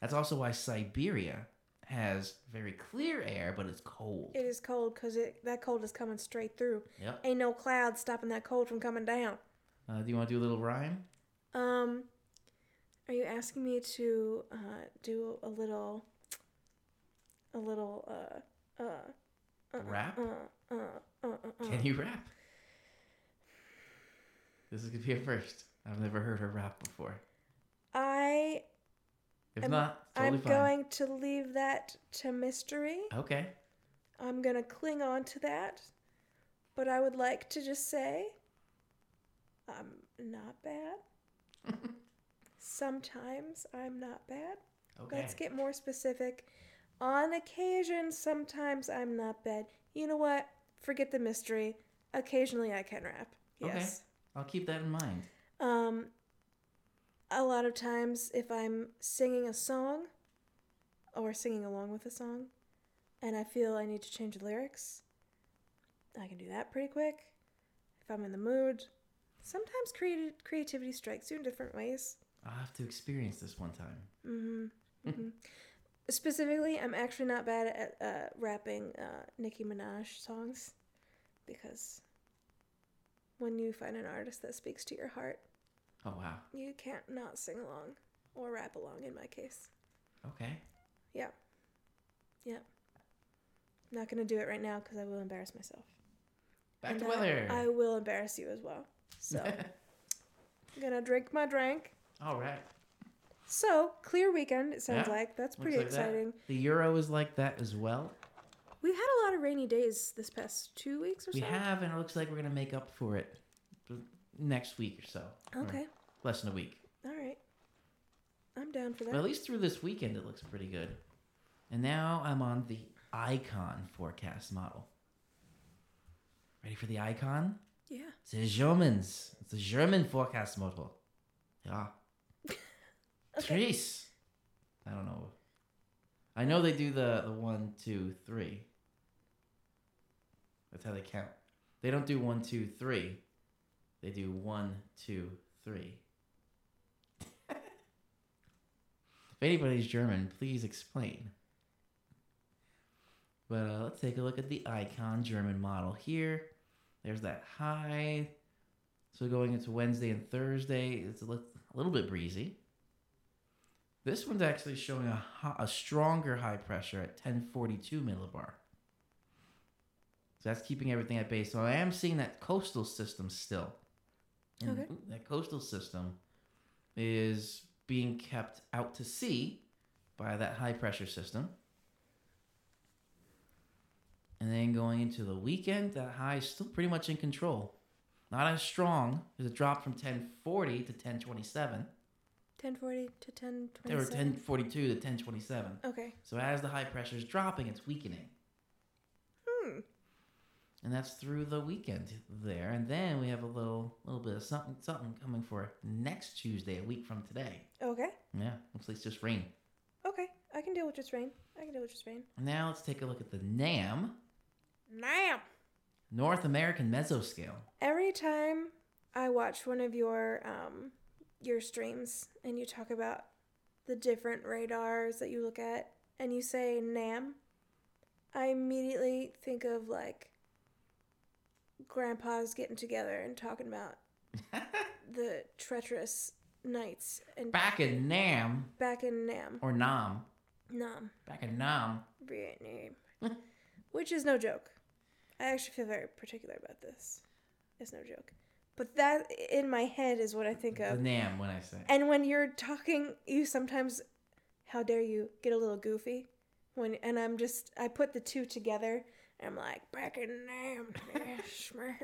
Speaker 1: That's also why Siberia has very clear air, but it's cold.
Speaker 2: It is cold because it that cold is coming straight through.
Speaker 1: Yep.
Speaker 2: Ain't no clouds stopping that cold from coming down.
Speaker 1: Uh, do you want to do a little rhyme?
Speaker 2: Um, are you asking me to uh, do a little, a little uh, uh, uh,
Speaker 1: Rap?
Speaker 2: Uh, uh, uh, uh, uh.
Speaker 1: Can you rap? This is going to be a first. I've never heard her rap before.
Speaker 2: I
Speaker 1: If
Speaker 2: I'm-
Speaker 1: not, totally
Speaker 2: I'm
Speaker 1: fine.
Speaker 2: going to leave that to mystery.
Speaker 1: Okay. <laughs>
Speaker 2: I'm going to cling on to that. But I would like to just say I'm not bad. Sometimes I'm not bad.
Speaker 1: Okay.
Speaker 2: Let's get more specific. On occasion, sometimes I'm not bad. You know what? forget the mystery. Occasionally I can rap.
Speaker 1: Okay.
Speaker 2: Yes.
Speaker 1: I'll keep that in mind.
Speaker 2: Um, a lot of times, if I'm singing a song or singing along with a song and I feel I need to change the lyrics, I can do that pretty quick. If I'm in the mood, sometimes creati- creativity strikes you in different ways.
Speaker 1: I'll have to experience this one time. <laughs>
Speaker 2: hmm hmm Specifically, I'm actually not bad at uh, rapping uh, Nicki Minaj songs because when you find an artist that speaks to your heart,
Speaker 1: Oh wow.
Speaker 2: you can't not sing along or rap along in my case.
Speaker 1: Okay.
Speaker 2: Yeah. Yeah. Not going to do it right now because I will embarrass myself.
Speaker 1: Back
Speaker 2: And
Speaker 1: to
Speaker 2: I-
Speaker 1: weather.
Speaker 2: I will embarrass you as well.
Speaker 1: <laughs>
Speaker 2: So, I'm going to drink my drink.
Speaker 1: All right.
Speaker 2: So, clear weekend, it sounds
Speaker 1: Yeah,
Speaker 2: like. That's
Speaker 1: looks
Speaker 2: pretty
Speaker 1: like that.
Speaker 2: exciting.
Speaker 1: The euro is like that as well.
Speaker 2: We've had a lot of rainy days this past two weeks or
Speaker 1: We
Speaker 2: so.
Speaker 1: have, and it looks like we're gonna make up for it next week or so. or
Speaker 2: Okay.
Speaker 1: less than a week.
Speaker 2: All right. I'm down for that.
Speaker 1: But at least through this weekend, it looks pretty good. And now I'm on the icon forecast model. Ready for the icon?
Speaker 2: yeah.
Speaker 1: It's the Germans. It's the German forecast model. Yeah.
Speaker 2: Okay.
Speaker 1: Trees. I don't know. I know they do the, the one, two, three. That's how they count. They don't do one, two, three. They do one, two, three. if anybody's German, please explain. But uh, let's take a look at the icon German model here. There's that high. So going into Wednesday and Thursday, it's a lit- a little bit breezy. This one's actually showing a, hi- a stronger high pressure at 1042 millibar. So that's keeping everything at bay. So I am seeing that coastal system still. And
Speaker 2: Okay.
Speaker 1: ooh, that coastal system is being kept out to sea by that high pressure system. And then going into the weekend, that high is still pretty much in control. Not as strong. There's a drop from 1040 to 1027.
Speaker 2: 1040 to 1027.
Speaker 1: They were 1042 to 1027.
Speaker 2: Okay.
Speaker 1: So as the high pressure is dropping, it's weakening.
Speaker 2: Hmm.
Speaker 1: And that's through the weekend there. And then we have a little little bit of something something coming for next Tuesday, a week from today.
Speaker 2: Okay.
Speaker 1: Yeah, looks like it's just rain.
Speaker 2: Okay. I can deal with just rain. I can deal with just rain.
Speaker 1: Now let's take a look at the NAM,
Speaker 2: Ma'am.
Speaker 1: North American Mesoscale.
Speaker 2: Every time I watch one of your um, your streams and you talk about the different radars that you look at and you say NAM, I immediately think of like grandpas getting together and talking about the treacherous nights and
Speaker 1: <laughs> Back in NAM
Speaker 2: back in NAM.
Speaker 1: or NAM,
Speaker 2: NAM.
Speaker 1: back in NAM. <laughs>
Speaker 2: Vietnam. Which is no joke. I actually feel very particular about this. It's no joke. But that in my head is what I think
Speaker 1: The
Speaker 2: of.
Speaker 1: NAM when I say.
Speaker 2: And when you're talking, you sometimes, how dare you, get a little goofy. When and I'm just I put the two together. And I'm like back in name, schmer.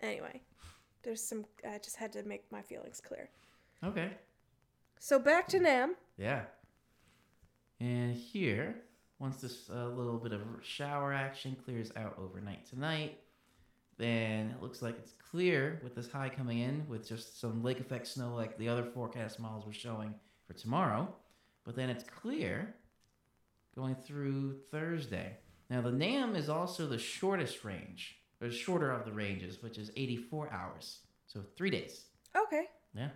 Speaker 2: Anyway, there's some. I just had to make my feelings clear.
Speaker 1: Okay.
Speaker 2: So back to Nam.
Speaker 1: Yeah. And here, once this uh, little bit of shower action clears out overnight tonight, then it looks like it's clear with this high coming in with just some lake effect snow like the other forecast models were showing for tomorrow. But then it's clear going through Thursday. Now, the NAM is also the shortest range, or shorter of the ranges, which is 84 hours. So three days.
Speaker 2: Okay,
Speaker 1: Yeah.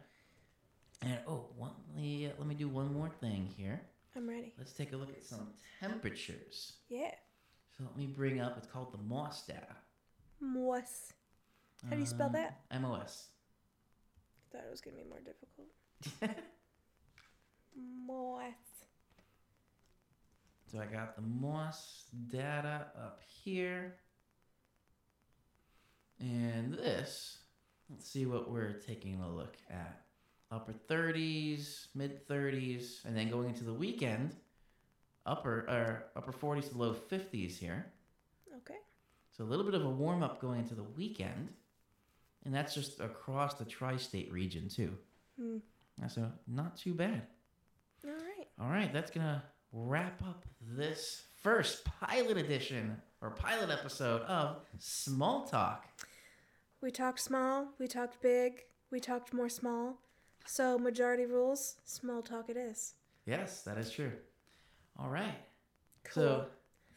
Speaker 1: And oh, one, let, me, let me do one more thing here.
Speaker 2: I'm ready.
Speaker 1: Let's take a look at some temperatures.
Speaker 2: Yeah,
Speaker 1: So let me bring up. It's called the MOS data.
Speaker 2: moist. How do you spell
Speaker 1: Um,
Speaker 2: that?
Speaker 1: MOS.
Speaker 2: Thought it was gonna be more difficult. Moist.
Speaker 1: <laughs> so I got the MOS data up here, and this. Let's see what we're taking a look at. Upper 30s, mid 30s, and then going into the weekend, upper or upper 40s to low 50s here.
Speaker 2: Okay.
Speaker 1: So a little bit of a warm up going into the weekend, and that's just across the tri-state region too.
Speaker 2: Hmm.
Speaker 1: Uh, So not too bad.
Speaker 2: All right.
Speaker 1: All right, that's gonna wrap up this first pilot edition or pilot episode of Small Talk.
Speaker 2: We talked small, we talked big, we talked more small. So, majority rules, small talk it is.
Speaker 1: Yes, that is true. All right.
Speaker 2: Cool.
Speaker 1: So,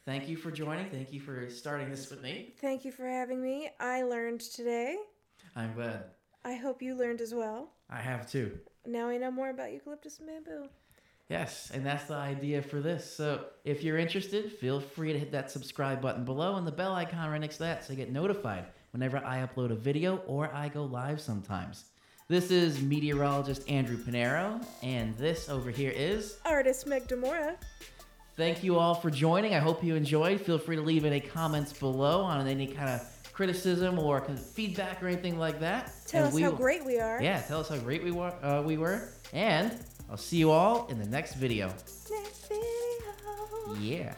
Speaker 1: thank you for joining. Thank you for starting this with me.
Speaker 2: Thank you for having me. I learned today.
Speaker 1: I'm glad.
Speaker 2: I hope you learned as well.
Speaker 1: I have too.
Speaker 2: Now I know more about eucalyptus and bamboo.
Speaker 1: Yes, and that's the idea for this. So if you're interested, feel free to hit that subscribe button below and the bell icon right next to that so you get notified whenever I upload a video or I go live sometimes. This is meteorologist Andrew Panero, and this over here is.
Speaker 2: Artist Meg Demora.
Speaker 1: Thank you all for joining. I hope you enjoyed. Feel free to leave any comments below on any kind of criticism or kind of feedback or anything like that.
Speaker 2: Tell
Speaker 1: and
Speaker 2: us
Speaker 1: we
Speaker 2: how
Speaker 1: will-
Speaker 2: great we are.
Speaker 1: Yeah, tell us how great we were. Uh, we were, and I'll see you all in the next video.
Speaker 2: Next video.
Speaker 1: Yeah.